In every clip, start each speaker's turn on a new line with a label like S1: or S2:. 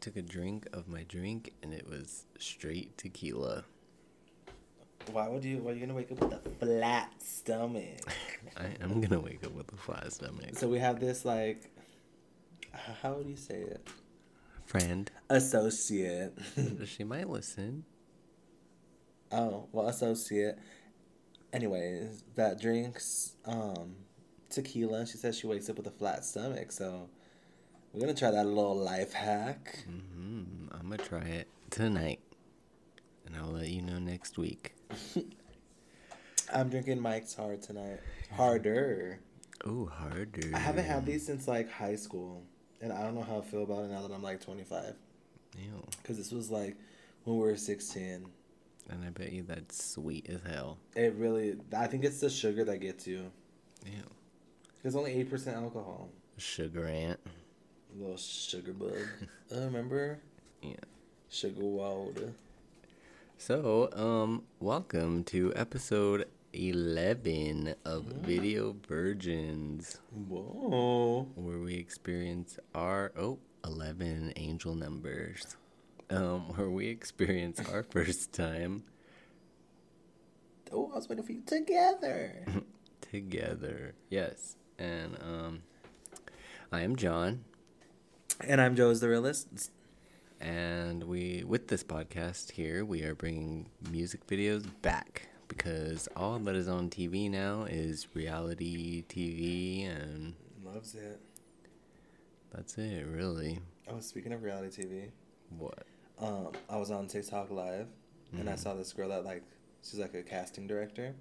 S1: took a drink of my drink and it was straight tequila.
S2: Why would you? Why are you gonna wake up with a flat stomach?
S1: I am gonna wake up with a flat stomach.
S2: so we have this like, h- how would you say it?
S1: Friend,
S2: Associate.
S1: she might listen.
S2: oh well, associate. Anyways, that drinks um tequila. and She says she wakes up with a flat stomach. So we're gonna try that little life hack.
S1: Mm, I'm gonna try it tonight, and I'll let you know next week.
S2: I'm drinking Mike's Hard tonight. Harder.
S1: Ooh, harder.
S2: I haven't had these since like high school, and I don't know how I feel about it now that I'm like 25.
S1: Ew.
S2: Because this was like when we were 16.
S1: And I bet you that's sweet as hell.
S2: It really, I think it's the sugar that gets you.
S1: Ew.
S2: There's only 8% alcohol.
S1: Sugar ant.
S2: little sugar bug. uh, remember?
S1: Yeah.
S2: Sugar water.
S1: So, um, welcome to episode 11 of Video Virgins,
S2: Whoa.
S1: where we experience our, oh, 11 angel numbers, um, where we experience our first time
S2: Oh, I was waiting for you together.
S1: together. Yes. And, um, I am John,
S2: and I'm Joe's the realist.
S1: and we, with this podcast here, we are bringing music videos back because all that is on TV now is reality TV and.
S2: Loves it.
S1: That's it, really.
S2: Oh, speaking of reality TV,
S1: What?
S2: um, I was on TikTok live, and I saw this girl that like, she's like a casting director.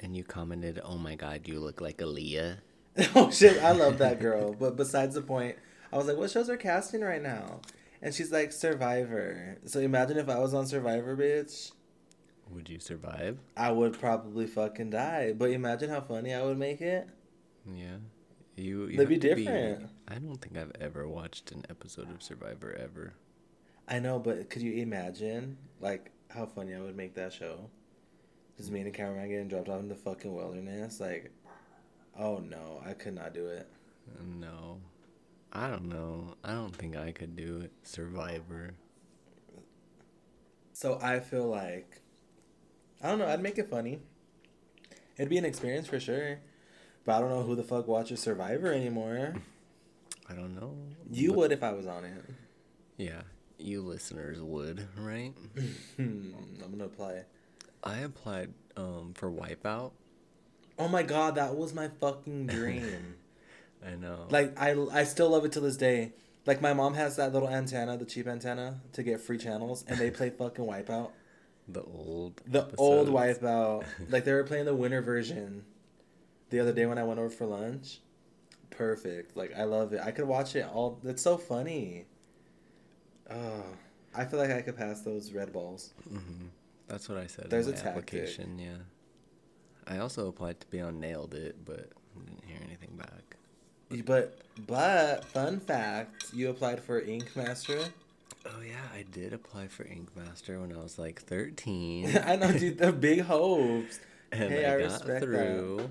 S1: And you commented, "Oh my God, you look like Aaliyah."
S2: oh shit, I love that girl. But besides the point, I was like, what shows are casting right now? And she's like, Survivor. So imagine if I was on Survivor, bitch.
S1: Would you survive?
S2: I would probably fucking die. But imagine how funny I would make it.
S1: Yeah. You. you
S2: That'd be
S1: have to
S2: different.
S1: I don't think I've ever watched an episode of Survivor ever.
S2: I know, but could you imagine like how funny I would make that show? Just me and the cameraman getting dropped off in the fucking wilderness, like oh no, I could not do it.
S1: No. I don't know. I don't think I could do it. Survivor.
S2: So I feel like I don't know, I'd make it funny. It'd be an experience for sure. But I don't know who the fuck watches Survivor anymore.
S1: I don't know.
S2: You
S1: But-
S2: would if I was on it.
S1: Yeah. You listeners would, right?
S2: Hmm, I'm gonna apply.
S1: I applied um, for Wipeout.
S2: Oh my god, that was my fucking dream.
S1: I know.
S2: like I, I still love it to this day. Like my mom has that little antenna, the cheap antenna, to get free channels, and they play fucking Wipeout,
S1: the old.
S2: the old
S1: episodes.
S2: Wipeout. like they were playing the winter version, the other day when I went over for lunch. Perfect. Like I love it. I could watch it all. It's so funny. Oh, I feel like I could pass those red balls.
S1: That's what I said.
S2: There's
S1: in
S2: a
S1: my
S2: tactic.
S1: application, yeah. I also applied to be on Nailed It, but didn't hear anything back.
S2: But but fun fact, you applied for Ink Master.
S1: Oh yeah, I did apply for Ink Master when I was like 13,
S2: I know, dude. The big hopes.
S1: and
S2: Hey,
S1: I,
S2: I
S1: got
S2: respect that.
S1: through.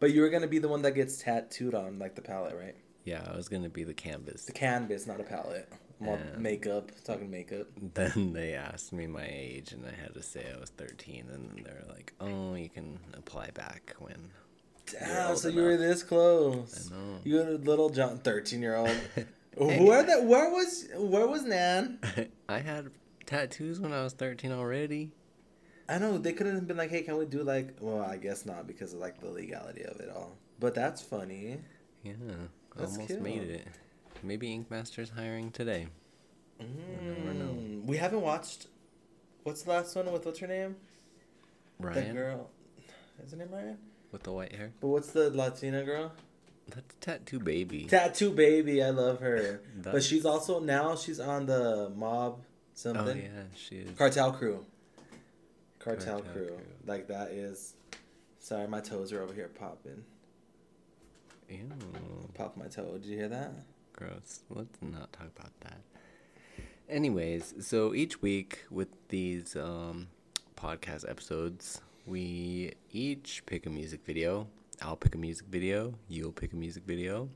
S2: But you were gonna be the one that gets tattooed on like the palette, right?
S1: Yeah, I was gonna be the canvas.
S2: The canvas, not a palette. I'm all
S1: Yeah.
S2: makeup, talking makeup.
S1: Then they asked me my age, and I had to say I was 13, and then they're like, "Oh, you can apply back when."
S2: Damn,
S1: old
S2: so you were
S1: enough.
S2: this close.
S1: I know.
S2: You were a little John, thirteen year old. Where that? Where was? Where was Nan?
S1: I had tattoos when I was 13 already.
S2: I know they could have been like, hey, can we do like? Well, I guess not because of like the legality of it all. But that's funny.
S1: Yeah, I
S2: That's
S1: almost made
S2: cute.
S1: it. Maybe Ink Master's hiring today.
S2: Mm, we haven't watched. What's the last one with what's her name? The
S1: Ryan
S2: girl. Is her name Ryan?
S1: with the white hair.
S2: But what's the Latina girl?
S1: That's tattoo baby.
S2: Tattoo Baby, I love her. but
S1: That's-
S2: she's also now she's on the mob
S1: oh
S2: something.
S1: yeah, she is.
S2: Cartel crew. Cartel,
S1: Cartel
S2: crew.
S1: Crew.
S2: Like that is sorry, my toes are over here popping.
S1: Ew,
S2: Pop my toe. Did you hear that?
S1: gross. Let's not talk about that. Anyways, so each week with these um, podcast episodes, we each pick a music video. I'll pick a music video. You'll pick a music video,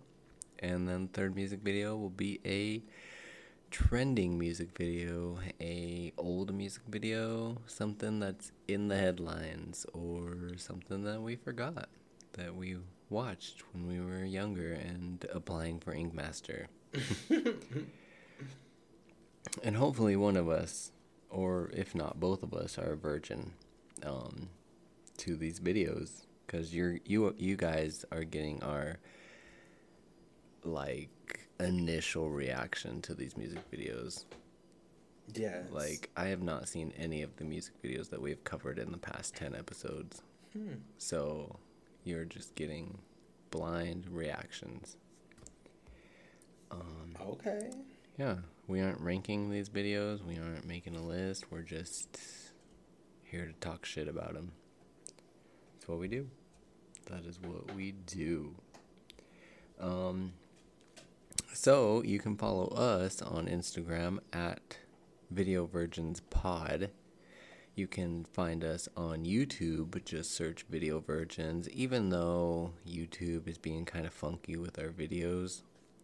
S1: and then third music video will be a trending music video, a old music video, something that's in the headlines or something that we forgot that we watched when we were younger and applying for Ink Master. and hopefully one of us or if not both of us are a virgin um, to these videos cuz you're you you guys are getting our like initial reaction to these music videos.
S2: Yes.
S1: Like I have not seen any of the music videos that we've covered in the past 10 episodes.
S2: Hmm.
S1: So you're just getting blind reactions. Um
S2: Okay.
S1: yeah, we aren't ranking these videos. We aren't making a list. We're just here to talk shit about them. That's what we do. That is what we do. Um, so you can follow us on Instagram at Video Virgins Pod. You can find us on YouTube. Just search Video Virgins. Even though YouTube is being kind of funky with our videos,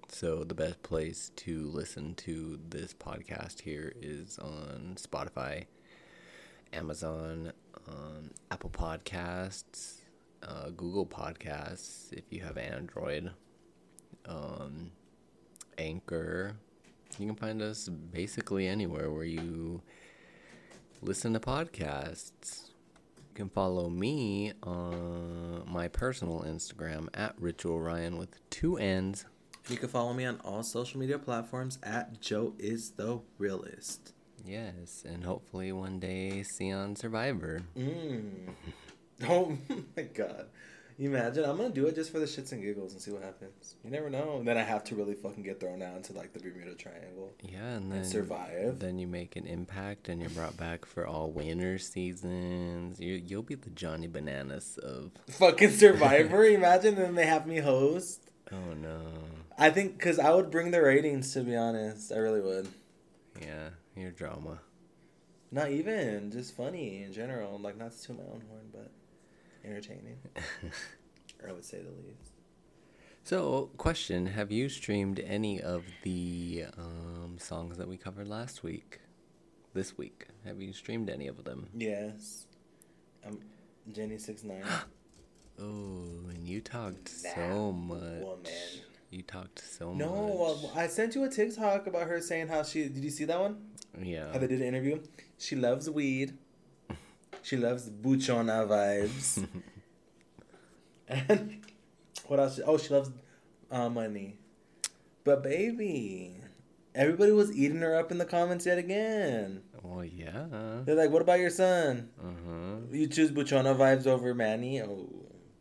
S1: so the best place to listen to this podcast here is on Spotify, Amazon, um, Apple Podcasts, uh, Google Podcasts. If you have Android, um, Anchor. You can find us basically anywhere where you listen to podcasts. You can follow me on my personal Instagram at Ritual Ryan with two N's.
S2: You can follow me on all social media platforms at Joe is the realist.
S1: Yes, and hopefully one day see on Survivor.
S2: Mm. Oh my god. Imagine I'm gonna do it just for the shits and giggles and see what happens. You never know. And then I have to really fucking get thrown out into like the Bermuda Triangle.
S1: Yeah, and then
S2: survive.
S1: Then you make an impact, and you're brought back for all winter seasons. You you'll be the Johnny Bananas of.
S2: Fucking Survivor. Imagine then they have me host.
S1: Oh no!
S2: I think because I would bring the ratings to be honest. I really would.
S1: Yeah, your drama.
S2: Not even just funny in general. Like not to toot my own horn, but entertaining. or I would say the least.
S1: so, question: Have you streamed any of the um, songs that we covered last week? This week, have you streamed any of them?
S2: Yes. I'm Jenny six nine.
S1: Oh, and you talked
S2: That
S1: so much.
S2: woman.
S1: You talked so much.
S2: No, I I sent you a TikTok about her saying how she. Did you see that one?
S1: Yeah.
S2: How they did an interview. She loves weed. She loves buchona vibes. and what else? Oh, she loves uh, money. But baby, everybody was eating her up in the comments yet again.
S1: Well, yeah.
S2: They're like, "What about your son?
S1: Uh huh.
S2: You choose buchona vibes over Manny?" Oh,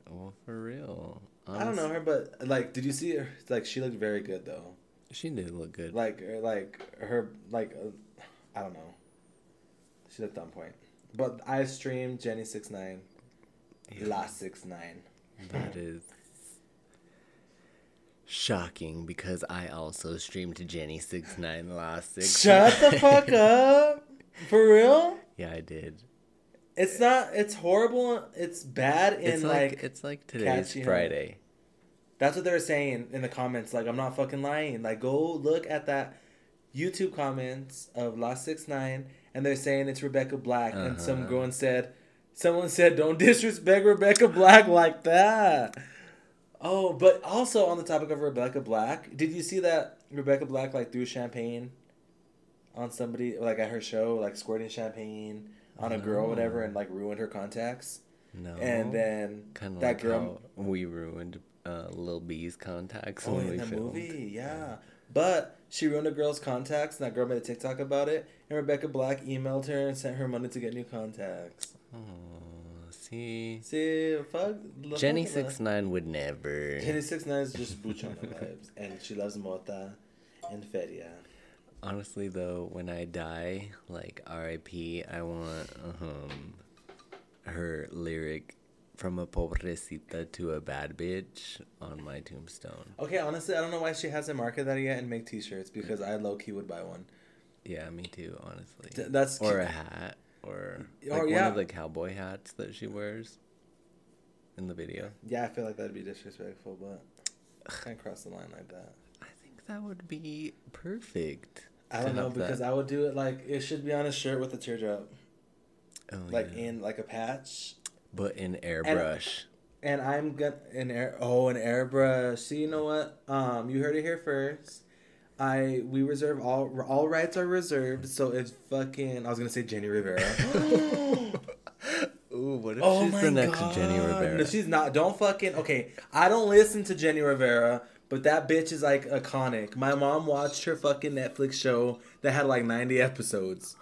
S1: Well, for real.
S2: I don't know
S1: Honest-
S2: her, but like, did you see her? Like, she looked very good though.
S1: She did look good.
S2: like uh, like her like uh, I don't know. She looked on point. But I streamed Jenny six nine,
S1: Yeah.
S2: last six nine.
S1: That is shocking because I also streamed to Jenny six nine last six.
S2: Shut the fuck up, for real.
S1: yeah, I did.
S2: It's not. It's horrible. It's bad. And
S1: It's
S2: like,
S1: like, it's like today's
S2: catchy, huh?
S1: Friday.
S2: that's what they were saying in the comments. Like I'm not fucking lying. Like go look at that YouTube comments of last six nine, and they're saying it's Rebecca Black, and some
S1: Uh-huh.
S2: girl said, someone said, don't disrespect Rebecca Black like that. Oh, but also on the topic of Rebecca Black, did you see that Rebecca Black like threw champagne on somebody like at her show, like squirting champagne on a girl, or whatever, and like ruined her contacts,
S1: No.
S2: and then
S1: kind of
S2: that
S1: like
S2: girl-
S1: how we ruined uh, Lil B's contacts
S2: Oh,
S1: when
S2: in
S1: we
S2: the
S1: filmed.
S2: movie, yeah. But she ruined a girl's contacts, and that girl made a TikTok about it. And Rebecca Black emailed her and sent her money to get new contacts.
S1: Oh, see,
S2: See, fuck. look
S1: Jenny
S2: at that.
S1: six nine would never.
S2: Jenny six nine is just buchona vibes, and she loves Mota and Feria.
S1: Honestly, though, when I die, like R.I.P., I want um her lyric from a pobrecita to a bad bitch on my tombstone.
S2: Okay, honestly, I don't know why she hasn't marketed that yet and make T-shirts because I low key would buy one.
S1: Yeah, me too. Honestly,
S2: Th- that's
S1: or
S2: cute.
S1: a hat or
S2: Or,
S1: like one
S2: yeah.
S1: of the cowboy hats that she wears in the video.
S2: Yeah, I feel like that'd be disrespectful, but can't cross the line like that.
S1: I think that would be perfect.
S2: I don't
S1: Enough
S2: know
S1: of that.
S2: because I would do it like it should be on a shirt with a teardrop,
S1: Oh,
S2: like
S1: yeah.
S2: in like a patch.
S1: but in airbrush.
S2: And I'm gonna an air oh an airbrush. See, you know what? Um, you heard it here first. I we reserve all all rights are reserved. So if fucking I was gonna say Jenny Rivera.
S1: Ooh, what if
S2: oh
S1: she's
S2: my
S1: the next Jenny
S2: God.
S1: Rivera?
S2: No, she's not. Don't fucking okay. I don't listen to Jenny Rivera, but that bitch is like iconic. My mom watched her fucking Netflix show that had like ninety episodes.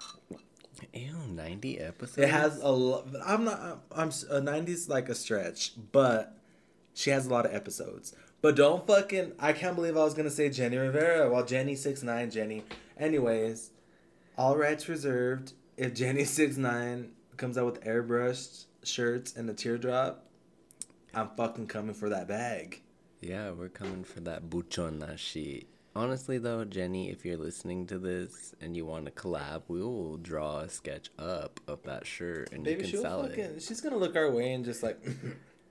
S1: Ew, ninety episodes.
S2: It has a lot. I'm not. I'm s- a '90s like a stretch, but she has a lot of episodes. But don't fucking. I can't believe I was gonna say Jenny Rivera while Jenny six nine Jenny. Anyways, all rights reserved. If Jenny six nine comes out with airbrushed shirts and a teardrop, I'm fucking coming for that bag.
S1: Yeah, we're coming for that buchona sheet. Honestly, though, Jenny, if you're listening to this and you want to collab, we will draw a sketch up of that shirt and
S2: Baby,
S1: you can
S2: she'll
S1: sell
S2: fucking.
S1: it.
S2: She's gonna look our way and just like,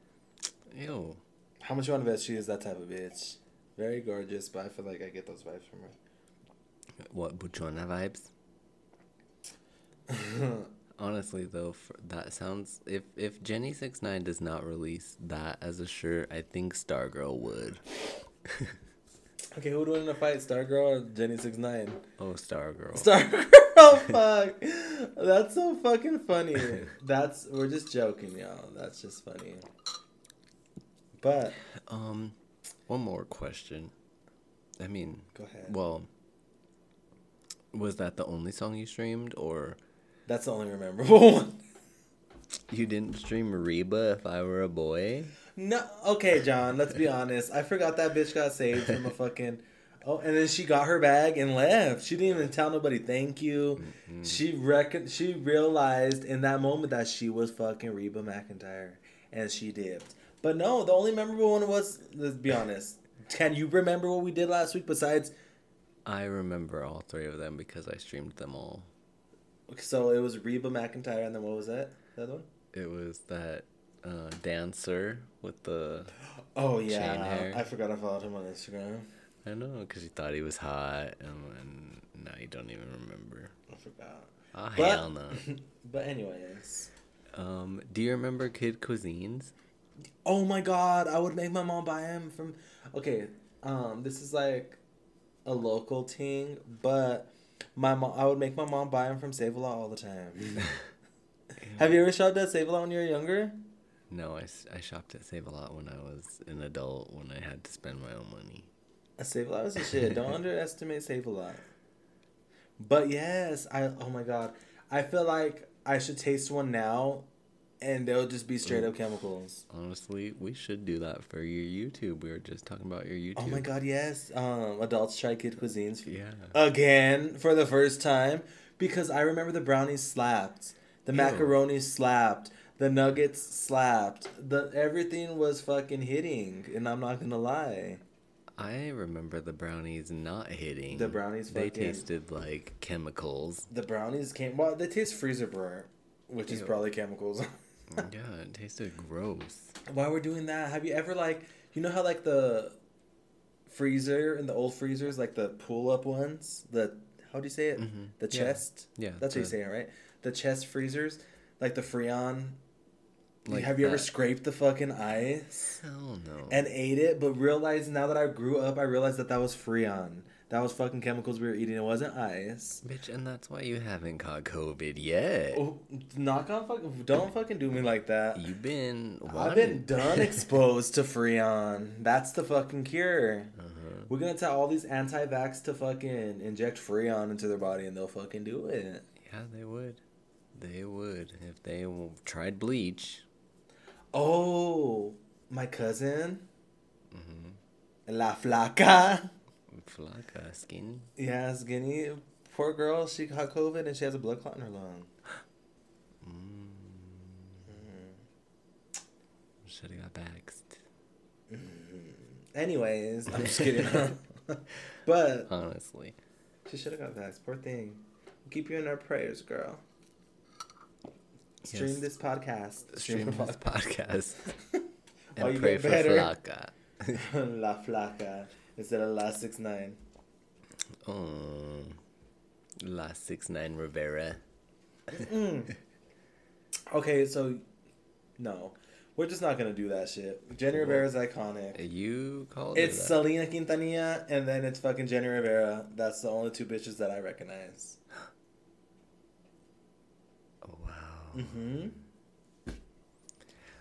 S1: Ew.
S2: how much you want to bet she is that type of bitch. Very gorgeous, but I feel like I get those vibes from her.
S1: What, buchona vibes? Honestly, though, for, that sounds. If if Jenny Six Nine does not release that as a shirt, I think Stargirl would.
S2: Okay, who would win in a fight, Stargirl or Jenny Six Nine?
S1: Oh, Stargirl.
S2: Stargirl, fuck, that's so fucking funny. That's we're just joking, y'all. That's just funny. But
S1: um, one more question. I mean,
S2: go ahead.
S1: well, was that the only song you streamed, or
S2: That's the only memorable one.
S1: You didn't stream Reba if I were a boy?
S2: No, okay, John. Let's be honest. I forgot that bitch got saved from a fucking. Oh, and then she got her bag and left. She didn't even tell nobody thank you. She reckon she realized in that moment that she was fucking Reba McIntyre, and she dipped. But no, the only memorable one was. Let's be honest. Can you remember what we did last week? Besides,
S1: I remember all three of them because I streamed them all.
S2: so it was Reba McIntyre, and then what was that? The other one?
S1: It was that uh, dancer with the.
S2: Oh
S1: hair.
S2: yeah, I forgot I followed him on Instagram.
S1: I don't know, because you thought he was hot, and, and now you don't even remember.
S2: I forgot.
S1: Oh,
S2: But-
S1: hell no.
S2: But anyways.
S1: Um, do you remember Kid Cuisines?
S2: Oh my god, I would make my mom buy him from Okay, um this is like a local thing, but my mom I would make my mom buy him from Save a Lot all the time. Have you ever shopped at Save a Lot when you were younger?
S1: No, I, s- I shopped at Save a Lot when I was an adult, when I had to spend my own money.
S2: Uh, Save a Lot is a shit. Don't underestimate Save a Lot. But yes, I oh my god. I feel like I should taste one now and they'll just be straight up chemicals.
S1: Honestly, we should do that for your YouTube. We were just talking about your YouTube.
S2: Oh my god, yes. Um adults try kid cuisines
S1: Yeah.
S2: again for the first time because I remember the brownies slapped, the
S1: Ew.
S2: macaroni slapped, the nuggets slapped, the everything was fucking hitting, and I'm not gonna lie.
S1: I remember the brownies not hitting.
S2: The brownies
S1: They
S2: fucking-
S1: tasted like chemicals.
S2: The brownies came well. They taste freezer burr, which is
S1: Ew. Mm.
S2: probably chemicals.
S1: yeah, it tasted gross.
S2: While we're doing that, have you ever like you know how like the freezer in the old freezers like the pull up ones the how do you say it
S1: Mhm.
S2: the
S1: Yeah.
S2: chest
S1: Yeah,
S2: that's what you're
S1: the-
S2: saying right the chest freezers like the freon
S1: Like
S2: have you ever
S1: that.
S2: scraped the fucking ice
S1: Hell no.
S2: and ate it? But realized now that I grew up, I realized that that was Freon. That was fucking chemicals we were eating. It wasn't ice.
S1: Bitch, and that's why you haven't caught COVID yet.
S2: Oh, knock on fucking. Don't fucking do me like that.
S1: You've been.
S2: I've been
S1: wanting-
S2: done exposed to Freon. That's the fucking cure.
S1: Uh-huh.
S2: We're gonna tell all these anti-vax to fucking inject Freon into their body, and they'll fucking do it.
S1: Yeah, they would. They would if they w- tried bleach.
S2: Oh, my cousin,
S1: mm-hmm,
S2: La Flaca.
S1: Flaca skin.
S2: Yeah, skinny. Poor girl, she caught COVID and she has a blood clot in her lung.
S1: Should have got vaxxed. Mm.
S2: Anyways, I'm just kidding. but
S1: Honestly.
S2: she should have got vaxxed. Poor thing. Keep you in our prayers, girl. Stream
S1: Yes.
S2: this podcast.
S1: Stream
S2: the
S1: this podcast
S2: While
S1: and
S2: you
S1: pray
S2: get
S1: for
S2: better.
S1: Flaca.
S2: La Flaca instead of La Six Nine.
S1: Oh, La Six Nine Rivera.
S2: Mm. okay, so no, we're just not gonna do that shit. Jenny
S1: Well,
S2: Rivera's iconic.
S1: You called
S2: It's
S1: her
S2: Selena Quintanilla and then it's fucking Jenny Rivera. That's the only two bitches that I recognize.
S1: that. Oh, wow.
S2: Mm-hmm.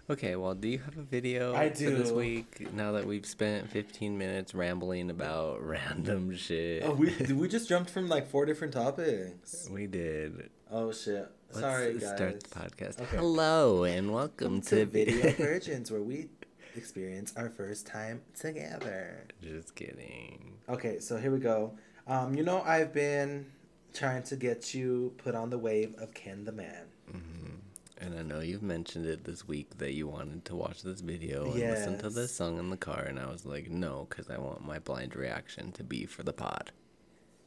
S1: Okay, well, do you have a video
S2: I
S1: for this
S2: do.
S1: week? Now that we've spent 15 minutes rambling about random shit.
S2: Oh, we we just jumped from like four different topics.
S1: We did.
S2: Oh shit!
S1: Let's
S2: Sorry, guys.
S1: start the podcast.
S2: Okay.
S1: Hello and welcome to
S2: Video Virgins, where we experience our first time together.
S1: Just kidding.
S2: Okay, so here we go. Um, you know I've been trying to get you put on the wave of Ken the Man.
S1: And I know you've mentioned it this week that you wanted to watch this video and listen to this
S2: Yes.
S1: song in the car, and I was like, no, because I want my blind reaction to be for the pod.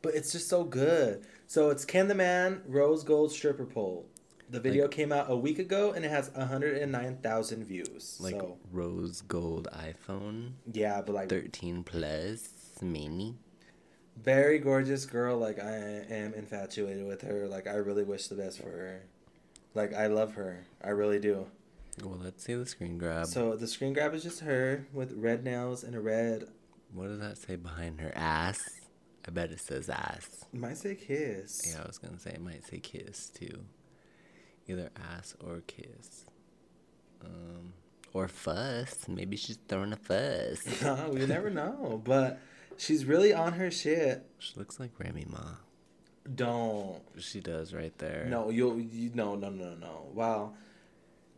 S2: But it's just so good. So it's Ken the Man Rose Gold Stripper Pole. The video came out a week ago and it has 109,000 views.
S1: Like
S2: so,
S1: rose gold iPhone
S2: yeah, but like
S1: 13 plus mini.
S2: very gorgeous girl. Like I am infatuated with her. Like I really wish the best for her. Like I love her. I really do.
S1: Well, let's see the screen grab.
S2: So the screen grab is just her with red nails and a red.
S1: what does that say behind her ass? I bet it says ass.
S2: Might say kiss.
S1: Yeah, I was gonna say it might say kiss too. Either ass or kiss. Um, or fuss. Maybe she's throwing a fuss.
S2: No, we never know. But she's really on her shit.
S1: she looks like Remy Ma.
S2: Don't.
S1: She does right there.
S2: No, you'll you no no no no. Wow.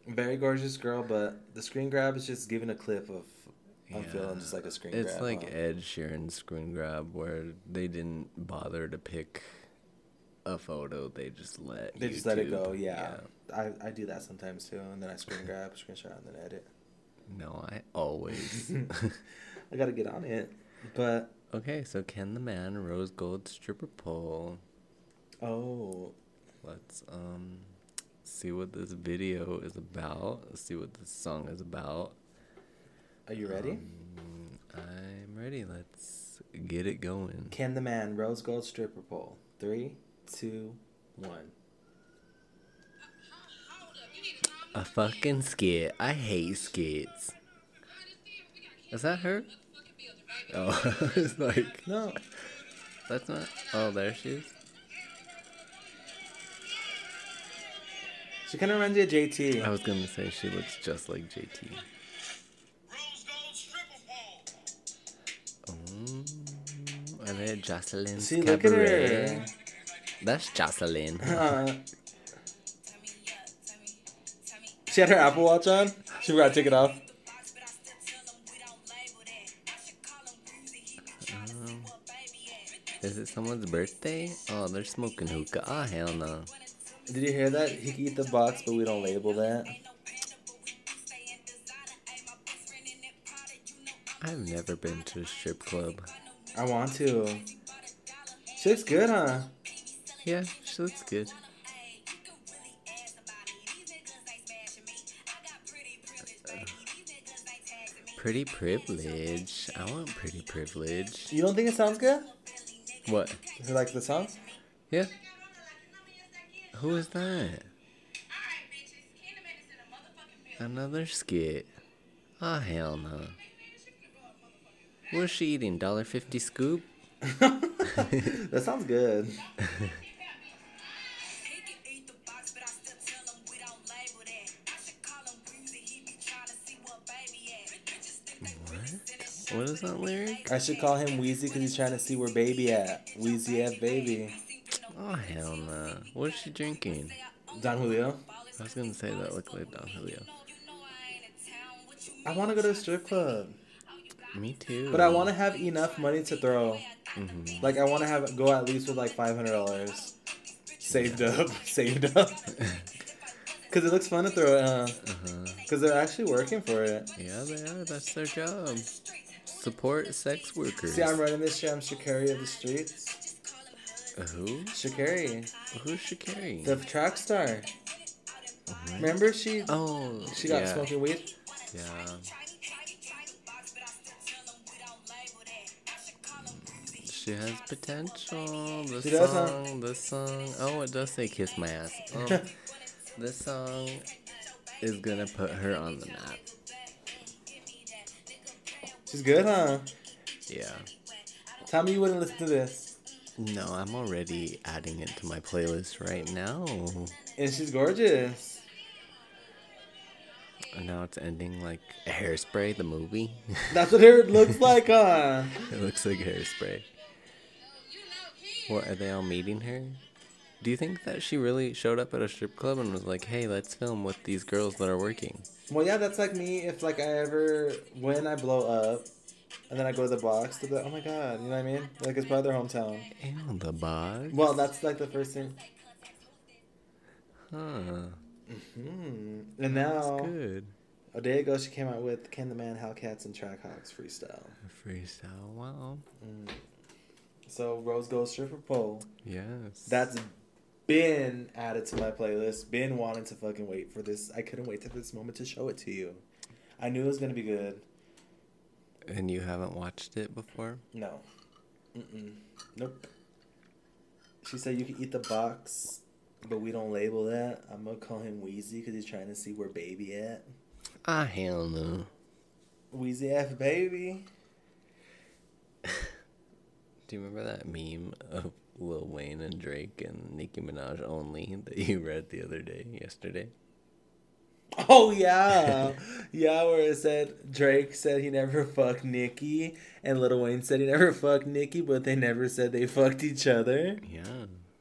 S2: Very gorgeous girl, but the screen grab is just giving a clip of I'm feeling just like a screen
S1: It's
S2: grab.
S1: like
S2: huh?
S1: Ed Sheeran's screen grab where they didn't bother to pick a photo. They just let
S2: they just let it
S1: YouTube-
S2: go, yeah. I, I do that sometimes too, and then I screen grab, screenshot, and then edit.
S1: No, I always.
S2: I gotta get on it. But
S1: okay, so Ken the Man, Rose Gold Stripper Pole.
S2: oh
S1: Let's um see what this video is about. Let's see what this song is about.
S2: are you ready?
S1: Um, I'm ready. Let's get it going.
S2: Can the man rose gold stripper pole? Three, two, one.
S1: A fucking skit. I hate skits. Is that her? Oh, it's like
S2: No.
S1: that's not. Oh, there she is.
S2: She kinda reminds you of JT.
S1: I was gonna say she looks just like JT.
S3: Rose Gold Stripper Pole.
S1: Um, are they at Jocelyn's
S2: See, look at
S1: cabaret?
S2: her.
S1: That's Jocelyn.
S2: Uh,
S4: Tell me, yeah, tell me, tell me.
S2: she had her Apple Watch on. She forgot to take it off.
S4: The box, but I still tell 'em we don't label that. I should call him Boozy, he be trying to see what baby at.
S1: Is it someone's birthday? Oh, they're smoking hookah. Ah, hell no.
S2: Did you hear that? He can eat the box, but we don't label that.
S4: Ain't no panda, but we do stay in designer. Ayy, my best friend in that Prada, you know I'm
S1: I've never been to a strip club.
S2: I want to. She looks good, huh?
S1: Yeah, she looks good.
S4: ayy, you can really ask about me. These niggas ain't smashing me. I got pretty privilege, baby. These niggas ain't tagging me.
S1: Pretty privilege. I want pretty privilege.
S2: You don't think it sounds good?
S1: What?
S2: You like the song?
S1: Yeah. Who is that? Another skit. Ah, hell no. What's she eating? Dollar fifty scoop?
S2: That sounds good.
S4: He can eat the box, but I still tell him we don't label that. I should call him Boozy, he be trying to see what baby at. Bitches think they pretty, send that shit.
S1: What is that lyric?
S2: I should call him Wheezy because he's trying to see where baby at. Wheezy F baby.
S1: Oh hell no. What is she drinking?
S2: Don Julio.
S1: I was gonna say that looked like Don Julio.
S2: I want to go to a strip club,
S1: Me too. Mm-hmm.
S2: but I want to have enough money to throw. Like I want to have go at least with like five hundred dollars saved up, saved up. Cause it looks fun to throw it, huh? Cause they're actually working for it.
S1: Yeah, they are. That's their job. Support sex workers.
S2: See, I'm running this shit. I'm Shakari of the streets.
S1: Uh, Who?
S2: Shakari,
S1: Who's Shakari?
S2: the track star. Remember she
S1: oh,
S2: she got
S1: yeah.
S2: smoking weed.
S1: Yeah. She She has potential. The
S2: She does, huh?
S1: song, the song. Oh, it does say "Kiss My Ass." Oh, this song is gonna put her on the map.
S2: She's good, huh?
S1: Yeah.
S2: Tell me you wouldn't listen to this.
S1: No, I'm already adding it to my playlist right now.
S2: And she's gorgeous.
S1: And now it's ending like Hairspray, the movie.
S2: That's what her looks like, huh?
S1: it looks like Hairspray. What are they all meeting her? Do you think that she really showed up at a strip club and was like, "Hey, let's film with these girls that are working"?
S2: Well, yeah, that's like me. If like I ever when I blow up, and then I go to the box, they're like, oh my god, you know what I mean? Like it's probably their hometown.
S1: In the box.
S2: Well, that's like the first thing.
S1: Huh.
S2: Hmm. And
S1: That's
S2: now
S1: good.
S2: a day ago, she came out with "Can the Man, Hellcats, and Trackhawks freestyle.
S1: Freestyle. Wow.
S2: So Rose Gold Stripper Pole.
S1: Yes.
S2: That's been added to my playlist. Been wanting to fucking wait for this. I couldn't wait to this moment to show it to you. I knew it was gonna be good.
S1: And you haven't watched it before?
S2: No. Mm-mm. Nope. She said you can eat the box, but we don't label that. I'm gonna call him Wheezy because he's trying to see where baby at.
S1: Ah, hell no.
S2: Wheezy F baby.
S1: Do you remember that meme of Lil Wayne and Drake and Nicki Minaj only that you read the other day, yesterday?
S2: Oh yeah, yeah. Where it said Drake said he never fucked Nicki, and Lil Wayne said he never fucked Nicki, but they never said they fucked each other.
S1: Yeah.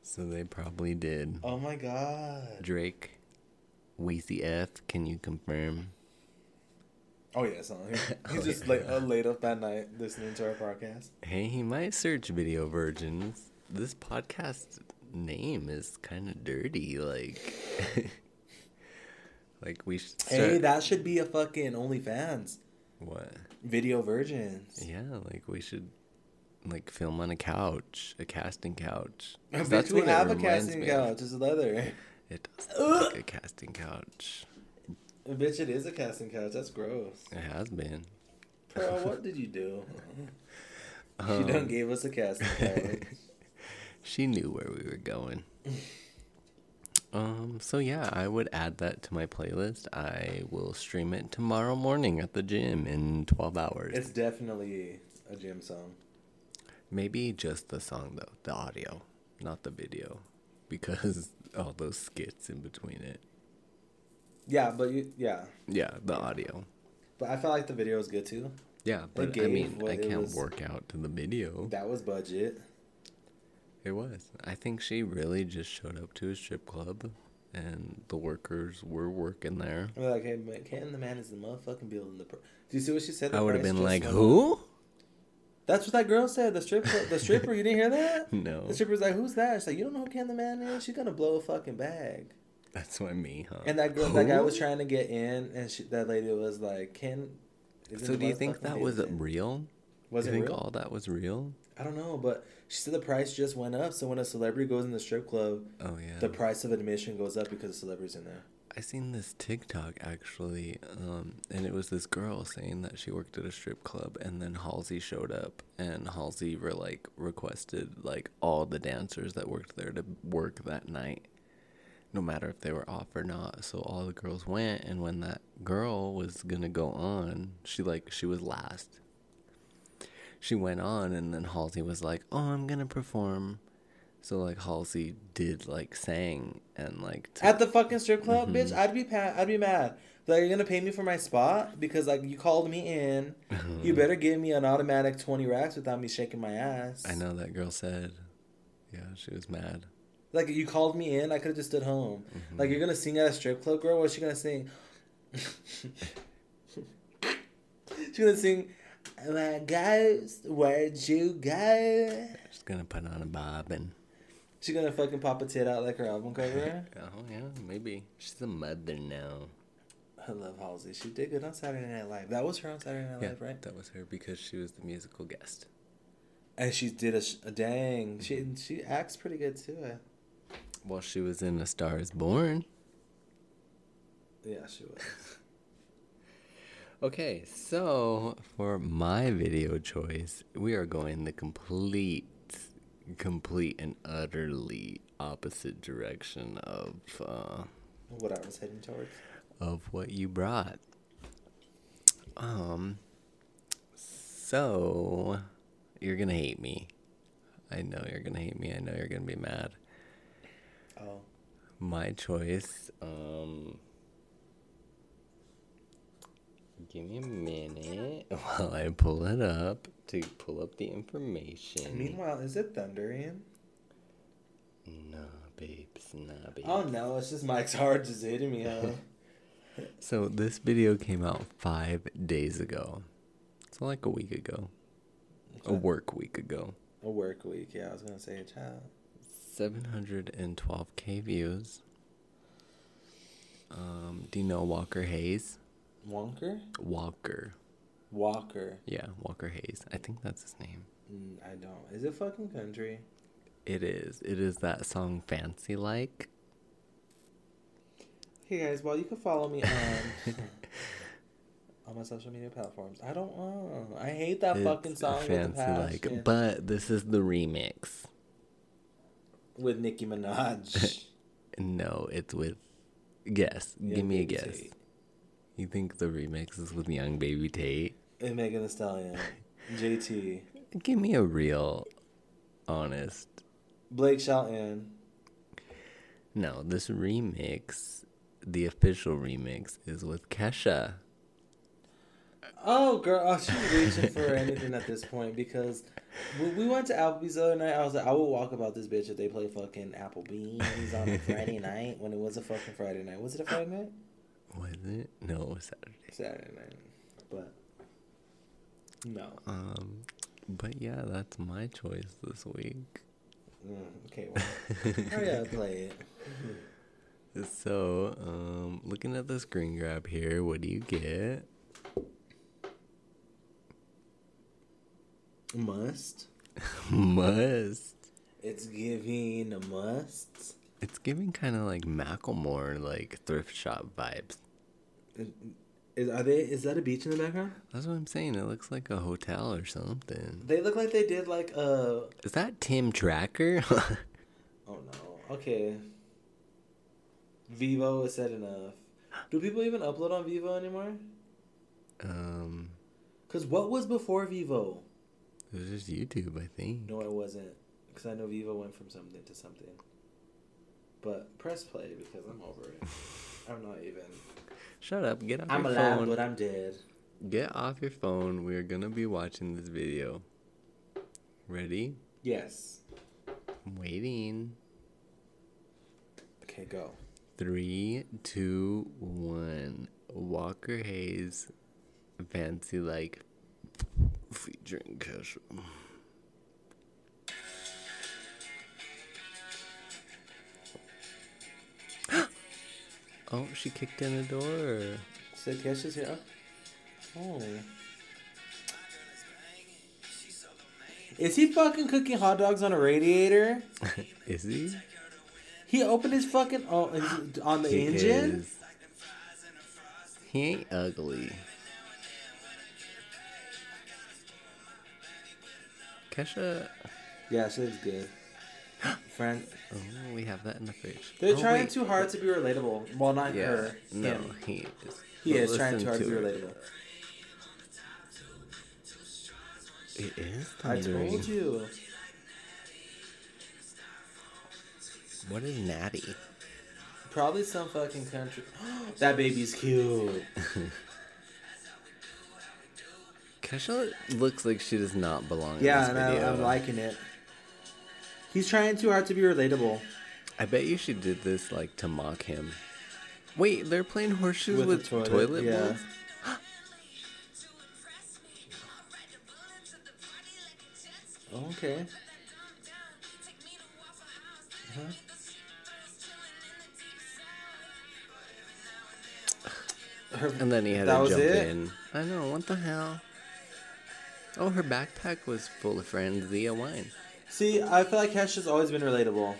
S1: So they probably did.
S2: Oh my god.
S1: Drake, Weezy F, can you confirm?
S2: Oh yeah, it's on here.
S1: Oh,
S2: He's just
S1: yeah.
S2: like uh, laid up that night listening to our podcast.
S1: Hey, he might search video virgins. This podcast name is kind of dirty. Like, like we should start.
S2: Hey, that should be a fucking OnlyFans.
S1: what?
S2: Video virgins.
S1: Yeah, like we should like film on a couch, a casting couch. 'Cause
S2: Bitch, we
S1: what it
S2: have a
S1: reminds
S2: casting
S1: me of.
S2: couch. It's leather.
S1: It does look like a casting couch.
S2: Bitch, it is a casting couch. That's gross.
S1: It has been.
S2: Pearl, what did you do? she
S1: Um,
S2: done gave us a casting couch.
S1: She knew where we were going. Um, so yeah, I would add that to my playlist. I will stream it tomorrow morning at the gym in 12 hours.
S2: it's definitely a gym song.
S1: Maybe just the song though, the audio, not the video, because all those skits in between it.
S2: Yeah, but you, yeah.
S1: Yeah, the audio.
S2: But I felt like the video was good too.
S1: Yeah, but I
S2: gave
S1: mean,
S2: what
S1: I
S2: it
S1: can't
S2: was-
S1: work out to the video.
S2: That was budget.
S1: It was. I think she really just showed up to a strip club, and the workers were working there.
S2: I'm like, hey, man, Canton the man is the motherfucking building. The pr-. do you see what she said? The
S1: I would have
S2: price
S1: been
S2: just
S1: like,
S2: went up.
S1: who?
S2: That's what that girl said. The stripper, the stripper. You didn't hear that?
S1: No.
S2: The stripper's like, who's that? She's like, you don't know who Canton the man is. She's gonna blow a fucking bag.
S1: That's why me, huh?
S2: And that girl, that guy
S1: Who?
S2: was trying to get in, and she, that lady was like, "Can." isn't
S1: So
S2: the
S1: do you think
S2: motherfucking
S1: that
S2: lady
S1: was
S2: in?"
S1: real?
S2: Was
S1: you
S2: it
S1: think
S2: real?
S1: all that was real?
S2: I don't know, but she said the price just went up. So when a celebrity goes in the strip club,
S1: Oh yeah.
S2: the price of admission goes up because the celebrity's in there.
S1: I seen this TikTok actually, um, and it was this girl saying that she worked at a strip club, and then Halsey showed up, and Halsey were like requested like all the dancers that worked there to work that night, no matter if they were off or not. So all the girls went, and when that girl was gonna go on, she like she was last. She went on, and then Halsey was like, "Oh, I'm gonna perform." So like Halsey did like sang and like took
S2: At the fucking strip club,
S1: Mm-hmm.
S2: bitch, I'd be pa- I'd be mad. Like you're gonna pay me for my spot because like you called me in. you better give me an automatic twenty racks without me shaking my ass.
S1: I know that girl said, yeah, she was mad.
S2: Like you called me in, I could have just stood home. Like you're gonna sing at a strip club, girl. What's she gonna sing? She's gonna sing. My ghost, where'd you go?
S1: She's gonna put on a bob and
S2: She's gonna fucking pop a tit out like her album cover.
S1: oh yeah, maybe she's a mother now.
S2: I love Halsey. She did good on Saturday Night Live. That was her on Saturday Night
S1: Yeah,
S2: Live, right?
S1: that was her because she was the musical guest.
S2: And she did a, sh- a dang. She she acts pretty good too. eh?
S1: While she was in A Star Is Born.
S2: Yeah, she was.
S1: Okay, so for my video choice, we are going the complete complete and utterly opposite direction of uh,
S2: What I was heading towards.
S1: of what you brought. Um, so you're gonna hate me. I know you're gonna hate me. I know you're gonna be mad.
S2: Oh.
S1: My choice. Um, give me a minute while I pull it up to pull up the information.
S2: Meanwhile, is it thundering?
S1: Nah, babes, nah, babes.
S2: Oh no, it's just Mike's heart just hitting me. Huh?
S1: So this video came out five days ago. So like a week ago, a work week ago.
S2: A work week. Yeah, I was gonna say a child.
S1: 712k views. Um, do you know Walker Hayes?
S2: Wonker.
S1: Walker.
S2: Walker.
S1: Yeah, Walker Hayes. I think that's his name.
S2: Mm, I don't. Is it fucking country?
S1: It is. It is that song Fancy Like.
S2: Hey guys, well you can follow me on on my social media platforms. I don't know. I hate that fucking
S1: It's
S2: song with the passion.
S1: But this is the remix.
S2: with Nicki Minaj.
S1: No, it's with. Guess. Give me a
S2: Baby
S1: guess.
S2: Tate.
S1: You think the remix is with Young Baby Tate?
S2: and Megan Thee Stallion, JT,
S1: Give me a real, honest.
S2: Blake Shelton.
S1: No, this remix, the official remix, is with Kesha.
S2: Oh girl, oh, she's reaching for anything at this point because when we went to Applebee's the other night. I was like, I would walk about this bitch if they play fucking Applebee's on a Friday night when it was a fucking Friday night. Was it a Friday night?
S1: Was it? No, it was Saturday.
S2: Saturday night, but no.
S1: Um, but yeah, that's my choice this week.
S2: Mm, okay, well, hurry up, play it.
S1: So, um, looking at the screen grab here, what do you get?
S2: Must.
S1: Must.
S2: It's giving a must.
S1: It's giving kind of like Macklemore, like thrift shop vibes.
S2: Is, are they? Is that a beach in the background?
S1: That's what I'm saying. It looks like a hotel or something.
S2: They look like they did like uh, a.
S1: Is that Tim Tracker?
S2: Oh no. Okay. Vivo is said enough. Do people even upload on Vivo anymore?
S1: um,
S2: Cause what was before Vivo?
S1: it was just YouTube, I think.
S2: No, it wasn't. Cause I know Vivo went from something to something. But press play because I'm over it. I'm not even.
S1: Shut up. Get off
S2: I'm
S1: your
S2: alive,
S1: phone.
S2: but I'm dead.
S1: Get off your phone. We are gonna be watching this video. Ready?
S2: Yes.
S1: I'm waiting.
S2: Okay, go.
S1: Three, two, one. Walker Hayes, fancy like featuring Kesha. oh, she kicked in a door.
S2: So Kesha's here. Oh. Is he fucking cooking hot dogs on a radiator?
S1: Is he?
S2: He opened his fucking oh is- on the engine.
S1: Is. He ain't ugly. Kesha.
S2: Yeah, shit's good. Friend,
S1: Oh, we have that in the fridge.
S2: they're
S1: Oh,
S2: trying
S1: wait.
S2: too hard to be relatable. Well, not
S1: Yeah.
S2: her.
S1: No,
S2: him.
S1: he is.
S2: he
S1: but
S2: is trying
S1: listen
S2: too hard to be
S1: it.
S2: relatable.
S1: It is
S2: I
S1: thundering.
S2: told you.
S1: What is natty?
S2: Probably some fucking country. that baby's cute.
S1: Kesha looks like she does not belong in
S2: Yeah, and
S1: this
S2: I,
S1: video.
S2: I'm liking it. He's trying too hard to be relatable.
S1: I bet you she did this like to mock him. Wait, they're playing horseshoes with,
S2: With the
S1: toilet,
S2: toilet,
S1: bowls?
S2: yeah. Okay. Her-
S1: And then he had
S2: That
S1: to
S2: was
S1: jump
S2: it?
S1: in. I know, what the hell? Oh, her backpack was full of Franzia wine.
S2: See, I feel like Kesha's always been relatable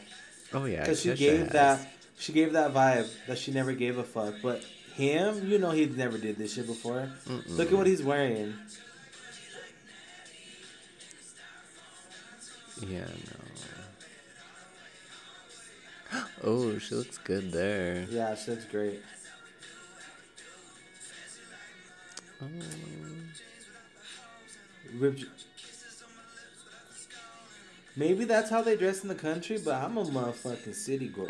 S1: Oh yeah,
S2: because she
S1: Kesha
S2: gave
S1: has.
S2: that she gave that vibe that she never gave a fuck. But him, you know, he never did this shit before. Look at what he's wearing.
S1: Yeah, no. Oh, she looks good there.
S2: Yeah, she looks great. Rib- Maybe that's how they dress in the country, but I'm a motherfucking city girl.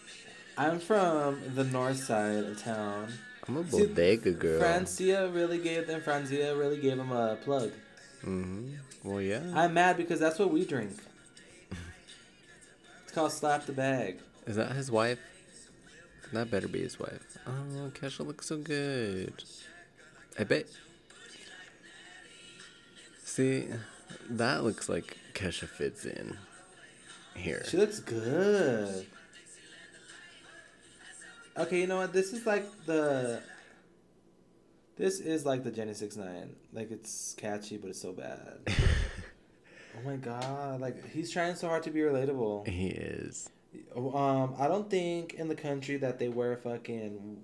S2: I'm from the north side of town.
S1: I'm a
S2: See,
S1: bodega girl.
S2: Francia really gave them. Francia really gave them a plug.
S1: hmm Well, yeah.
S2: I'm mad because that's what we drink. It's called slap the bag.
S1: Is that his wife? That better be his wife. Oh, Kesha looks so good. I bet. See, that looks like Kesha fits in here.
S2: She looks good. Okay, you know what? This is like the. This is like the Jenny Six Nine. Like it's catchy, but it's so bad. oh my god! Like he's trying so hard to be relatable.
S1: he is.
S2: Um, I don't think in the country that they wear fucking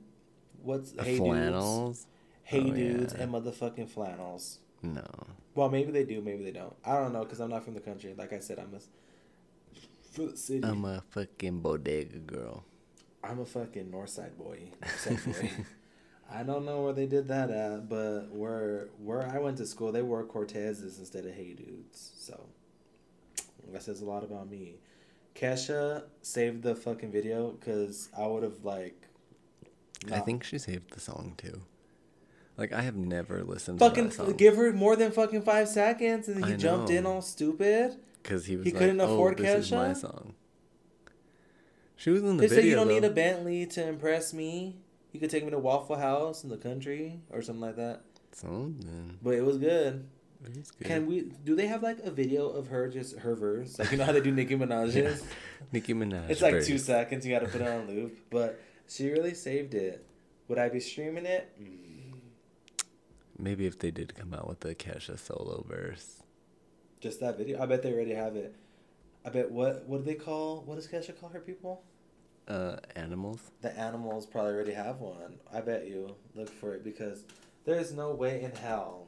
S2: what's
S1: A
S2: hey dudes,
S1: flannels?
S2: hey
S1: Oh,
S2: dudes,
S1: yeah.
S2: and motherfucking flannels.
S1: No.
S2: Well, maybe they do, maybe they don't. I don't know because I'm not from the country. Like I said, I'm a s- from the city.
S1: I'm a fucking bodega girl.
S2: I'm a fucking north side boy. South boy. I don't know where they did that at, but where where I went to school, they wore Cortezes instead of Hey Dudes. So that says a lot about me. Kesha saved the fucking video because I would have like.
S1: I
S2: not-
S1: think she saved the song too. Like I have never listened to that
S2: fucking
S1: song
S2: give her more than fucking five seconds, and he
S1: I
S2: jumped in
S1: know.
S2: all stupid.
S1: because he was
S2: he
S1: like,
S2: couldn't
S1: "Oh,
S2: afford
S1: this is my
S2: Kesha?"
S1: song." She was in the
S2: They
S1: video.
S2: said you don't need
S1: though.
S2: a Bentley to impress me. You could take me to Waffle House in the country or something like that.
S1: Something.
S2: But it was good.
S1: It was good.
S2: Can we? Do they have like a video of her just her verse? Like you know how they do Nicki Minaj's?
S1: Nicki Minaj.
S2: It's like
S1: verse.
S2: two seconds. You got to put it on loop. But she really saved it. Would I be streaming it? Mm.
S1: Maybe if they did come out with a Kesha solo verse.
S2: Just that video? I bet they already have it. I bet what? What do they call? What does Kesha call her people?
S1: Uh, animals.
S2: The animals probably already have one. I bet you look for it because there is no way in hell.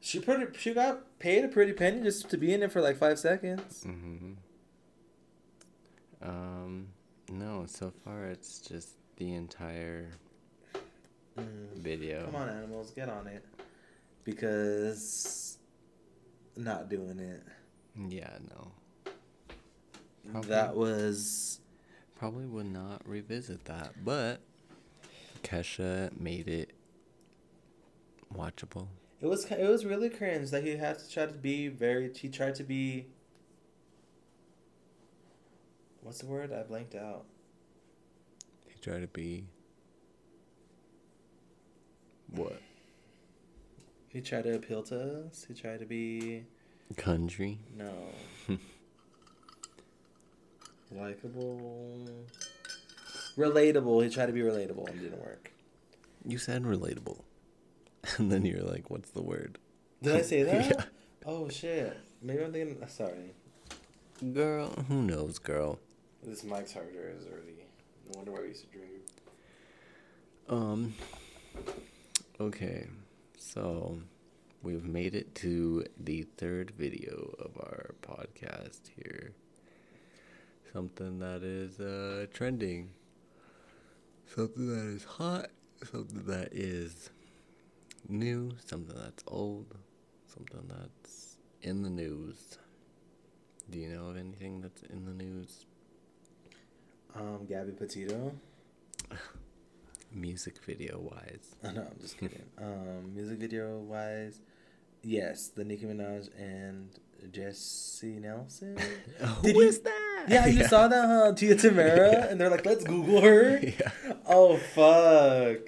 S2: She pretty. She got paid a pretty penny just to be in it for like five seconds.
S1: Mm-hmm. Um, no. So far, it's just the entire video.
S2: Mm. Come on, animals, get on it. Because not doing it.
S1: Yeah. No. Probably.
S2: That was
S1: Probably would not revisit that, but Kesha made it watchable.
S2: it was it was really cringe that he had to try to be very he tried to be What's the word? I blanked out.
S1: He tried to be what
S2: He tried to appeal to us. He tried to be
S1: country?
S2: no. Likeable. Relatable. He tried to be relatable and didn't work.
S1: You said relatable, and then you're like, "What's the word?"
S2: Did I say that?
S1: Yeah.
S2: Oh shit. Maybe I'm thinking sorry.
S1: Girl, who knows, girl?
S2: This Mike's harder is already. No wonder why we used to drink.
S1: Um. Okay, so we've made it to the third video of our podcast here. Something that is uh, trending. Something that is hot. Something that is new. Something that's old. Something that's in the news. Do you know of anything that's in the news?
S2: Um, Gabby Petito.
S1: Music video wise.
S2: Oh, no, I'm just kidding. um, music video wise, yes, the Nicki Minaj and Jesse Nelson.
S1: Who is
S2: Did you-
S1: that?
S2: Yeah, you saw that, huh? Tia Tamara, and they're like, let's Google her.
S1: Yeah.
S2: Oh fuck,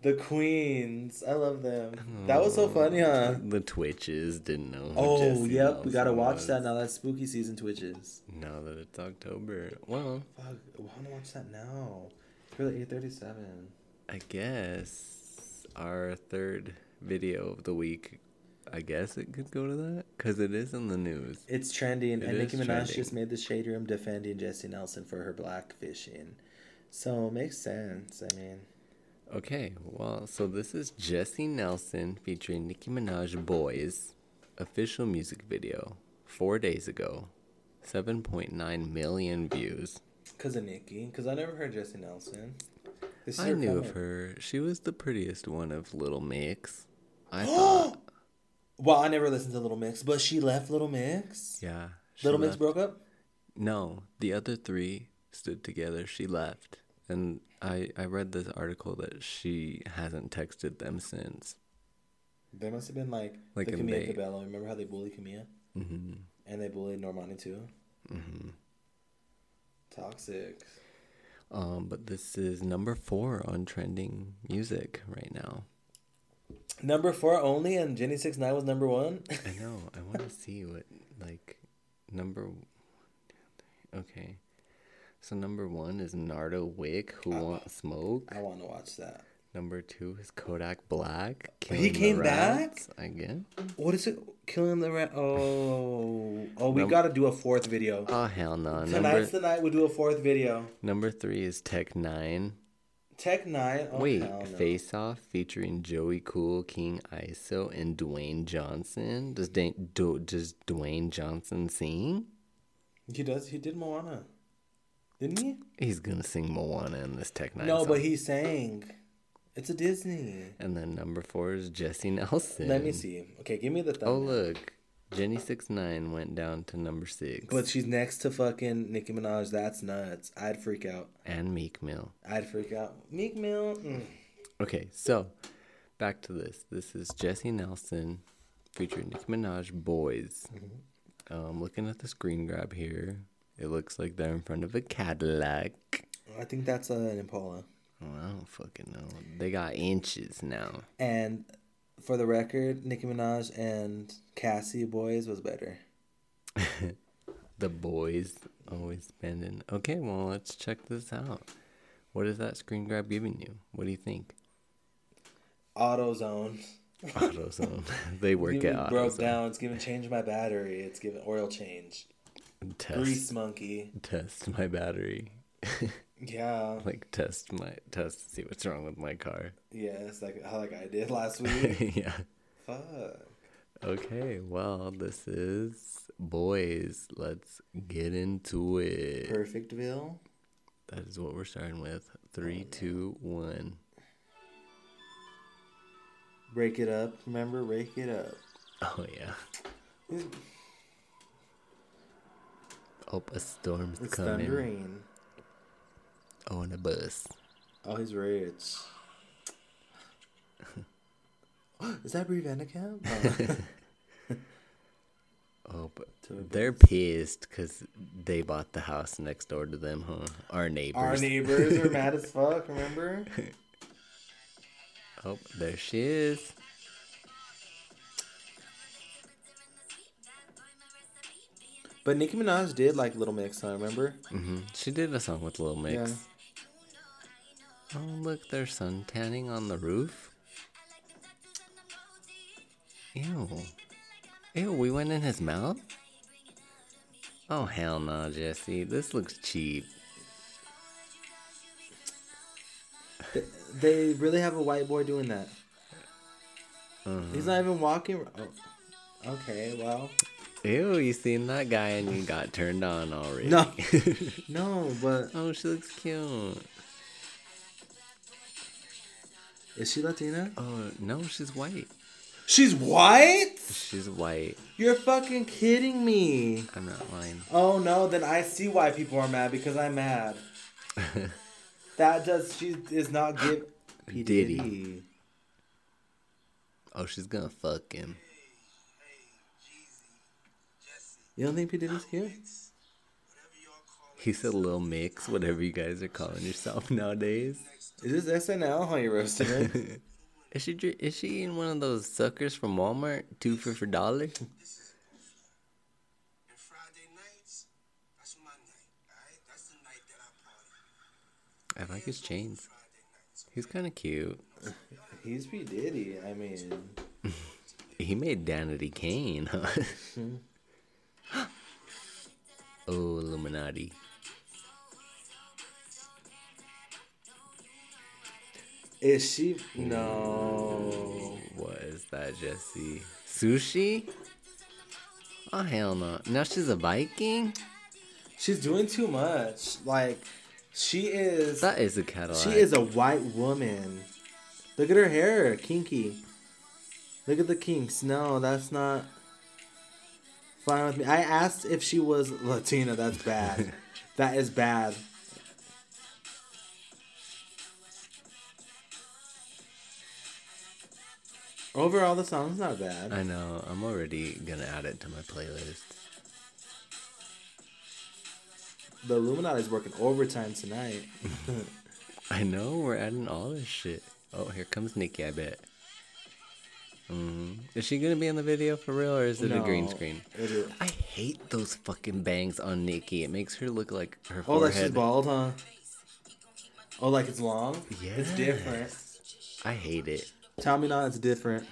S2: the Queens. I love them. That was so funny, huh?
S1: The Twitches didn't know. who
S2: Oh
S1: Jesse
S2: yep, we gotta
S1: Nelson
S2: watch
S1: was.
S2: that now. That's spooky season twitches.
S1: Now that it's October, well,
S2: Fuck, I want to watch that now. It's really eight thirty-seven.
S1: I guess our third video of the week. I guess it could go to that because it is in the news.
S2: It's trending,
S1: It
S2: and Nicki
S1: is
S2: Minaj
S1: trending.
S2: just made the shade room defending Jesse Nelson for her blackfishing. So it makes sense. I mean,
S1: Okay, well, so this is Jesse Nelson featuring Nicki Minaj Boys official music video four days ago, 7.9 million views.
S2: Because of Nikki. Because I never heard Jesse Nelson. This is
S1: I
S2: her
S1: knew of
S2: comeback.
S1: her. She was the prettiest one of Little Mix. I thought,
S2: Well, I never listened to Little Mix, but she left Little Mix.
S1: yeah. she
S2: Little Mix
S1: left-
S2: broke up.
S1: No, the other three stood together. She left. And I, I read this article that she hasn't texted them since.
S2: They must have been like,
S1: Like
S2: the
S1: in
S2: Camila
S1: they-
S2: Cabello. Remember how they bullied Camila?
S1: Mhm.
S2: And they bullied Normani too. Mm-hmm. Toxic.
S1: Um, but this is number four on trending music right now.
S2: Number four only, and Jenny Six Nine was number one.
S1: I know. I want to see what like number. Okay, so number one is Nardo Wick, who
S2: Oh.
S1: want smoke.
S2: I want to watch that.
S1: Number two is Kodak Black.
S2: He
S1: Killing the
S2: came back?
S1: Rats, I guess.
S2: What is it? Killing the rat. Oh, oh, we
S1: Num-
S2: gotta do a fourth video.
S1: Oh hell no! Number
S2: Tonight's the night we do a fourth video.
S1: number three is Tech Nine.
S2: Tech Nine. Oh,
S1: Wait,
S2: hell no.
S1: Face Off featuring Joey Cool, King ISO, and Dwayne Johnson. Does da- do- does Dwayne Johnson sing?
S2: He does. He did Moana, didn't he?
S1: He's gonna sing Moana in this Tech Nine.
S2: No,
S1: song.
S2: but he sang. It's a Disney.
S1: And then number four is Jesse Nelson.
S2: Let me see. Okay, give me the
S1: Oh
S2: thumbnail.
S1: look, Jenny Six Nine went down to number six.
S2: But she's next to fucking Nicki Minaj. That's nuts. I'd freak out.
S1: and Meek Mill.
S2: I'd freak out. Meek Mill. Mm.
S1: Okay, so back to this. This is Jesse Nelson featuring Nicki Minaj. Boys.
S2: Mm-hmm.
S1: Um, looking at the screen grab here, it looks like they're in front of a Cadillac.
S2: I think that's uh, an Impala.
S1: Oh, I don't fucking know. They got inches now.
S2: And for the record, Nicki Minaj and Cassie Boys was better.
S1: The boys always spending. Okay, well let's check this out. What is that screen grab giving you? What do you think?
S2: AutoZone.
S1: AutoZone. they work
S2: Giving
S1: at
S2: broke
S1: AutoZone.
S2: down. It's giving change my battery. It's giving oil change.
S1: Test,
S2: Grease monkey.
S1: test my battery.
S2: Yeah.
S1: Like test my test to see what's wrong with my car.
S2: Yeah, it's like how like I did last week.
S1: yeah.
S2: Fuck.
S1: Okay. Well, this is boys. Let's get into it.
S2: Perfectville.
S1: That is what we're starting with.
S2: Oh,
S1: Three, two, one.
S2: Break it up. Remember, break it up.
S1: Oh yeah. Oh, a storm's
S2: It's
S1: coming.
S2: thundering.
S1: Oh, and a bus.
S2: Oh, he's rich. Is that Brie Vandekamp? Oh.
S1: Oh, but
S2: To a
S1: they're pissed because they bought the house next door to them, huh? Our neighbors.
S2: Our neighbors are mad as fuck, remember?
S1: Oh, there she is.
S2: But Nicki Minaj did like Little Mix, huh, remember?
S1: hmm She did a song with Lil Mix. Oh, look, they're sun tanning on the roof. Ew. Ew, we went in his mouth? Oh, hell no, Jesse. This looks cheap.
S2: They really have a white boy doing that.
S1: Uh-huh.
S2: He's not even walking. Oh. Okay, well.
S1: Ew, you seen that guy and you got turned on already.
S2: No. No, but
S1: oh, she looks cute.
S2: is she Latina?
S1: Oh, no, she's white.
S2: She's white?
S1: She's white.
S2: You're fucking kidding me.
S1: I'm not lying.
S2: Oh no, then I see why people are mad because I'm mad. that does she is not give P.
S1: Diddy. Oh, she's gonna fuck him.
S2: You don't think P Diddy's cute?
S1: He said Lil Mix, whatever you guys are calling yourself nowadays.
S2: Is this SNL how you roasted it?
S1: Is she dri- is she eating one of those suckers from Walmart? Two for for dollar?
S3: And Friday nights, that's my night, alright? That's the night that I party.
S1: I like his chains.
S3: Friday nights.
S1: He's kind of cute.
S2: He's P Diddy. I mean,
S1: He made Danity Kane, huh? oh, Illuminati.
S2: is she? No.
S1: What is that, Jesse? Sushi? Oh hell no! Now she's a Viking.
S2: She's doing too much. Like, she is.
S1: That is a Cadillac.
S2: She is a white woman. Look at her hair, kinky. Look at the kinks. No, that's not fine with me. I asked if she was Latina. That's bad. that is bad. Overall, the song's not bad.
S1: I know. I'm already gonna add it to my playlist.
S2: The Illuminati's working overtime tonight.
S1: I know. We're adding all this shit. Oh, here comes Nikki. I bet. Mm. Is she gonna be in the video for real, or is it a green
S2: No,
S1: screen?
S2: it is-
S1: I hate those fucking bangs on Nikki. It makes her look like her
S2: Oh, like
S1: forehead.
S2: she's bald, huh? Oh, like it's long? It's different.
S1: I hate it.
S2: Tell me not, it's different.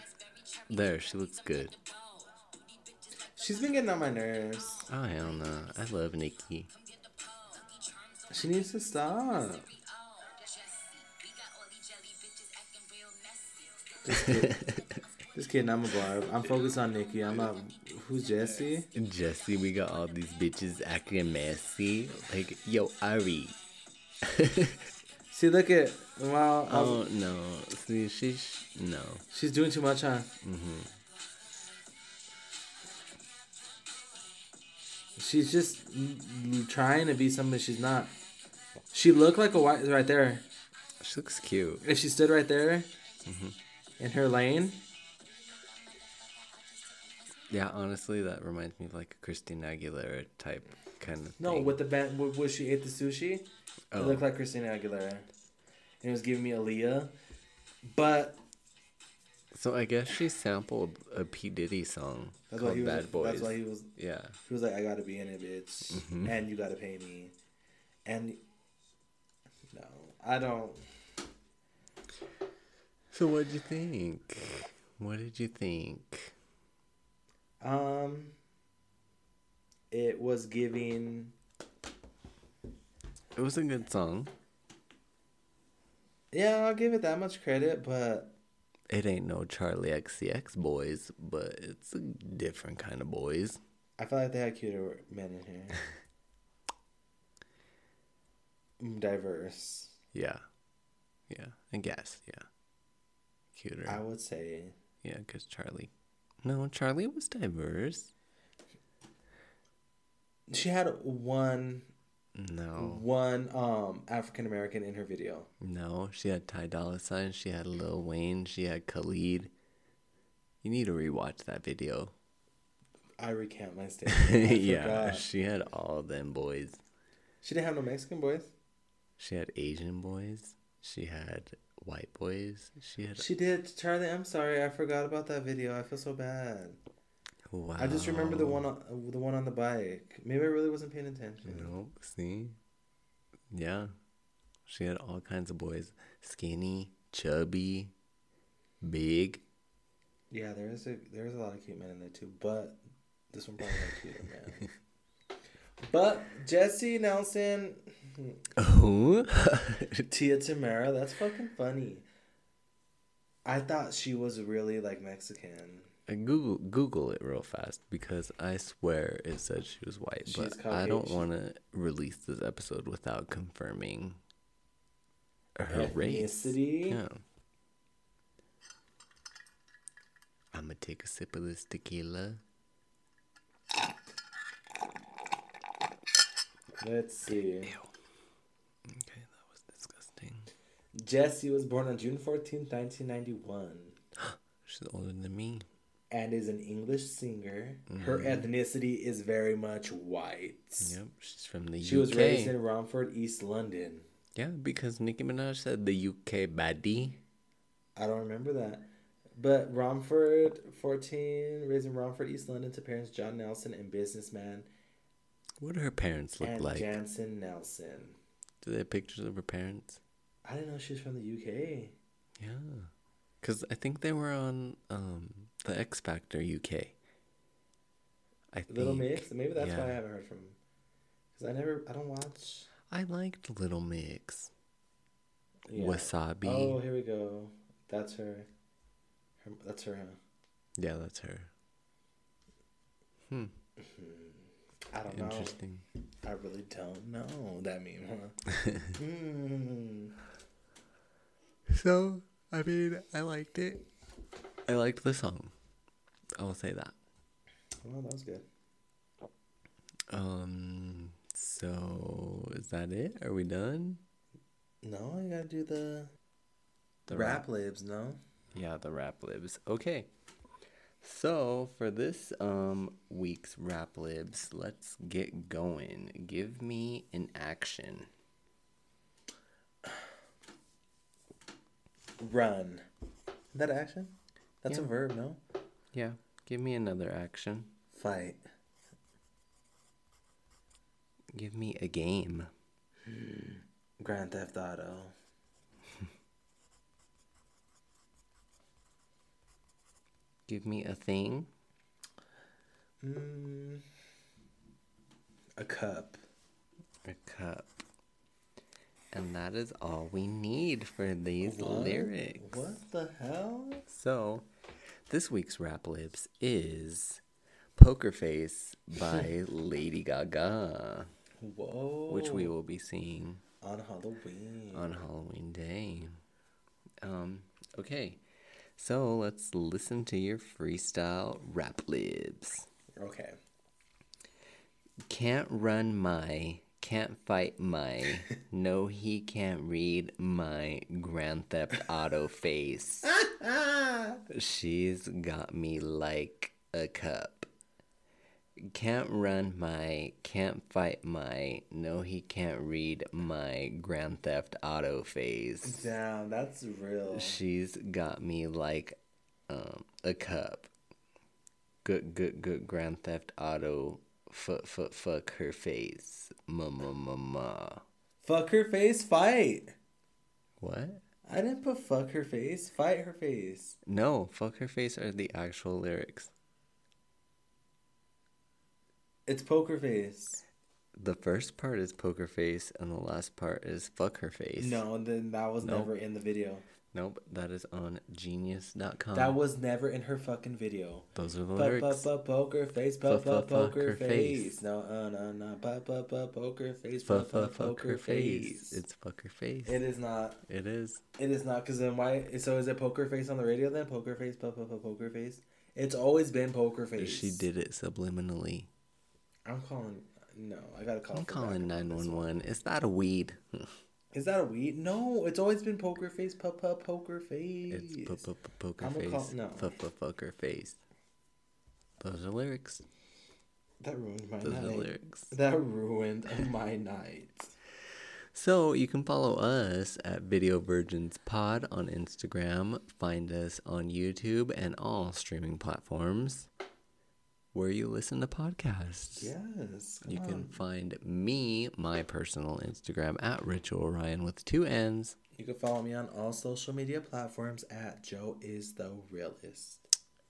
S1: There, she looks good.
S2: She's been getting on my nerves.
S1: Oh hell no! I love Nikki.
S2: She needs to stop. Just kidding, I'm a barb. I'm focused on Nikki. I'm not. Who's Jesse?
S1: Jesse, we got all these bitches acting messy. Like, yo, Ari.
S2: See, look at. Wow. I was-
S1: oh no, see, she's no.
S2: She's doing too much, huh? She's just mm, mm, trying to be something she's not. She looked like a white right there.
S1: She looks cute.
S2: If she stood right there in her lane,
S1: Yeah, honestly, that reminds me of like a Christina Aguilera type kind of.
S2: no,
S1: thing.
S2: with the band, wh- where she ate the sushi,
S1: Oh.
S2: it looked like Christina Aguilera. And it was giving me Aaliyah. But
S1: So I guess she sampled a P Diddy song
S2: that's why
S1: called
S2: he was.
S1: Bad Boys. Mm-hmm.
S2: That's why he was.
S1: Yeah,
S2: He was like, I gotta be in it, bitch, and you gotta pay me, and no, I don't.
S1: So what did you think? What did you think?
S2: Um, it was giving.
S1: It was a good song.
S2: Yeah, I'll give it that much credit, but
S1: It ain't no Charlie XCX boys, but it's a different kind of boys.
S2: I feel like they had cuter men in here. Mm, Diverse,
S1: Yeah. Yeah. I guess, yeah. Cuter.
S2: I would say.
S1: Yeah, because Charlie. No, Charlie was diverse.
S2: She had one,
S1: No.
S2: one um African American in her video.
S1: No. She had Ty Dolla Sign. She had Lil Wayne. She had Khalid. You need to rewatch that video.
S2: I recant my statement. I
S1: yeah.
S2: forgot.
S1: She had all them boys.
S2: she didn't have no Mexican boys.
S1: She had Asian boys. She had white boys. She had.
S2: She did, Charlie. I'm sorry, I forgot about that video. I feel so bad.
S1: Wow.
S2: I just remember the one, on, the one on the bike. Maybe I really wasn't paying attention.
S1: Nope. See? Yeah. She had all kinds of boys skinny, chubby, big.
S2: Yeah, there is a there is a lot of cute men in there too, but this one probably not cuter man. But Jesse Nelson,
S1: Oh.
S2: Tia Tamara, that's fucking funny. I thought she was really like Mexican.
S1: Google Google it real fast because I swear it said she was white, but
S2: She's
S1: I don't
S2: Caucasian.
S1: want to release this episode without confirming her race.
S2: Ethnicity.
S1: Yeah. I'm gonna take a sip of this tequila.
S2: Let's see.
S1: Okay, that was disgusting.
S2: Jesse was born on June 14th, 1991,
S1: She's older than me.
S2: and is an English singer. Her ethnicity is very much white.
S1: Mm-hmm. Yep, she's from the
S2: She
S1: UK.
S2: was raised in Romford, East London.
S1: Yeah, because Nicki Minaj said the UK baddie.
S2: I don't remember that. But Romford, 14, raised in Romford, East London, to parents John Nelson and businessman
S1: What do her parents look
S2: and
S1: like?
S2: Jansen Nelson.
S1: Do they have pictures of her parents?
S2: I didn't know she was from the UK.
S1: Yeah, because I think they were on um the X Factor UK. I think
S2: Little Mix? Maybe that's why I
S1: yeah.
S2: haven't heard from Because I never, I don't watch.
S1: I liked Little Mix.
S2: Yeah.
S1: Wasabi.
S2: Oh, here we go. That's her. her that's her, huh?
S1: Yeah, that's her.
S2: I don't know.
S1: Interesting.
S2: I really don't know that meme, huh? mm.
S1: So, I mean, I liked it. I liked the song. I will say that.
S2: Well, Oh, that was good.
S1: Um, so is that it? Are we done?
S2: No, I gotta do the,
S1: The
S2: rap libs, no?
S1: Yeah, the rap libs. Okay. So for this um week's rap libs, let's get going. Give me an action.
S2: Run. Is that action? That's a
S1: Yeah.
S2: verb, no?
S1: Yeah, give me another action.
S2: Fight.
S1: Give me a game.
S2: Grand Theft Auto.
S1: Give me a thing.
S2: Mm. A cup.
S1: A cup. And that is all we need for these
S2: What?
S1: lyrics.
S2: What the hell?
S1: So, this week's rap lips is Poker Face by Lady Gaga,
S2: Whoa.
S1: which we will be seeing
S2: on Halloween.
S1: on Halloween Day. Um, okay. So, let's listen to your freestyle rap libs.
S2: Okay.
S1: Can't run my, can't fight my, no he can't read my Grand Theft Auto face. She's got me like a cup. Can't run my, can't fight my, no he can't read my Grand Theft Auto face.
S2: Damn, that's real.
S1: She's got me like um, a cup. Good, good, good. Grand Theft Auto. Fuck, fuck, fuck her face. Ma, ma, ma, ma.
S2: Fuck her face, fight.
S1: What?
S2: I didn't put fuck her face, fight her face.
S1: No, fuck her face are the actual lyrics.
S2: It's poker face.
S1: The first part is poker face, and the last part is fuck her face.
S2: No, and then that was
S1: Nope.
S2: never in the video.
S1: Nope, that is on genius.com.
S2: That was never in her fucking video.
S1: Those are the
S2: Pu-
S1: lyrics.
S2: pu- pu- Poker face, pu-
S1: Fu-
S2: pu-
S1: fu- fuck
S2: poker
S1: her face.
S2: face. No, uh, no, no. Pu- pu- pu- Poker face, pu-
S1: Fuck,
S2: pu-
S1: fuck, fuck her
S2: poker
S1: face.
S2: face.
S1: It's fuck her face.
S2: It is not.
S1: It is.
S2: It is not. Cause then why? So is it poker face on the radio then? Poker face, pu- pu- pu- poker face. It's always been poker face.
S1: She did it subliminally.
S2: I'm calling. No, I gotta call.
S1: I'm
S2: for backup
S1: calling
S2: on this one.
S1: 911. Is that a weed?
S2: Is that a weed? No, it's always been poker face, pu- pu- poker face.
S1: It's p- p- p- poker
S2: I'ma
S1: face.
S2: call- no.
S1: F- f- fucker face. Those are lyrics.
S2: that ruined my
S1: Those are
S2: night.
S1: lyrics.
S2: That ruined my night.
S1: So you can follow us at Video Virgins Pod on Instagram. Find us on YouTube and all streaming platforms where you listen to podcasts.
S2: Yes. Come
S1: You
S2: on.
S1: can find me, my personal Instagram at Ritual Ryan with two N's.
S2: You can follow me on all social media platforms at Joe is the realist.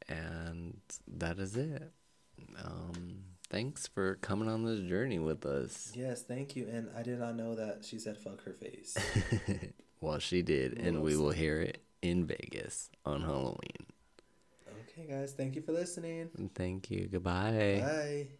S1: and that is it. Um, thanks for coming on this journey with us.
S2: Yes, thank you. And I did not know that she said fuck her face.
S1: well, she did, and we
S2: Awesome.
S1: will hear it in Vegas on Halloween.
S2: okay, guys, thank you for listening.
S1: Thank you. Goodbye.
S2: Bye.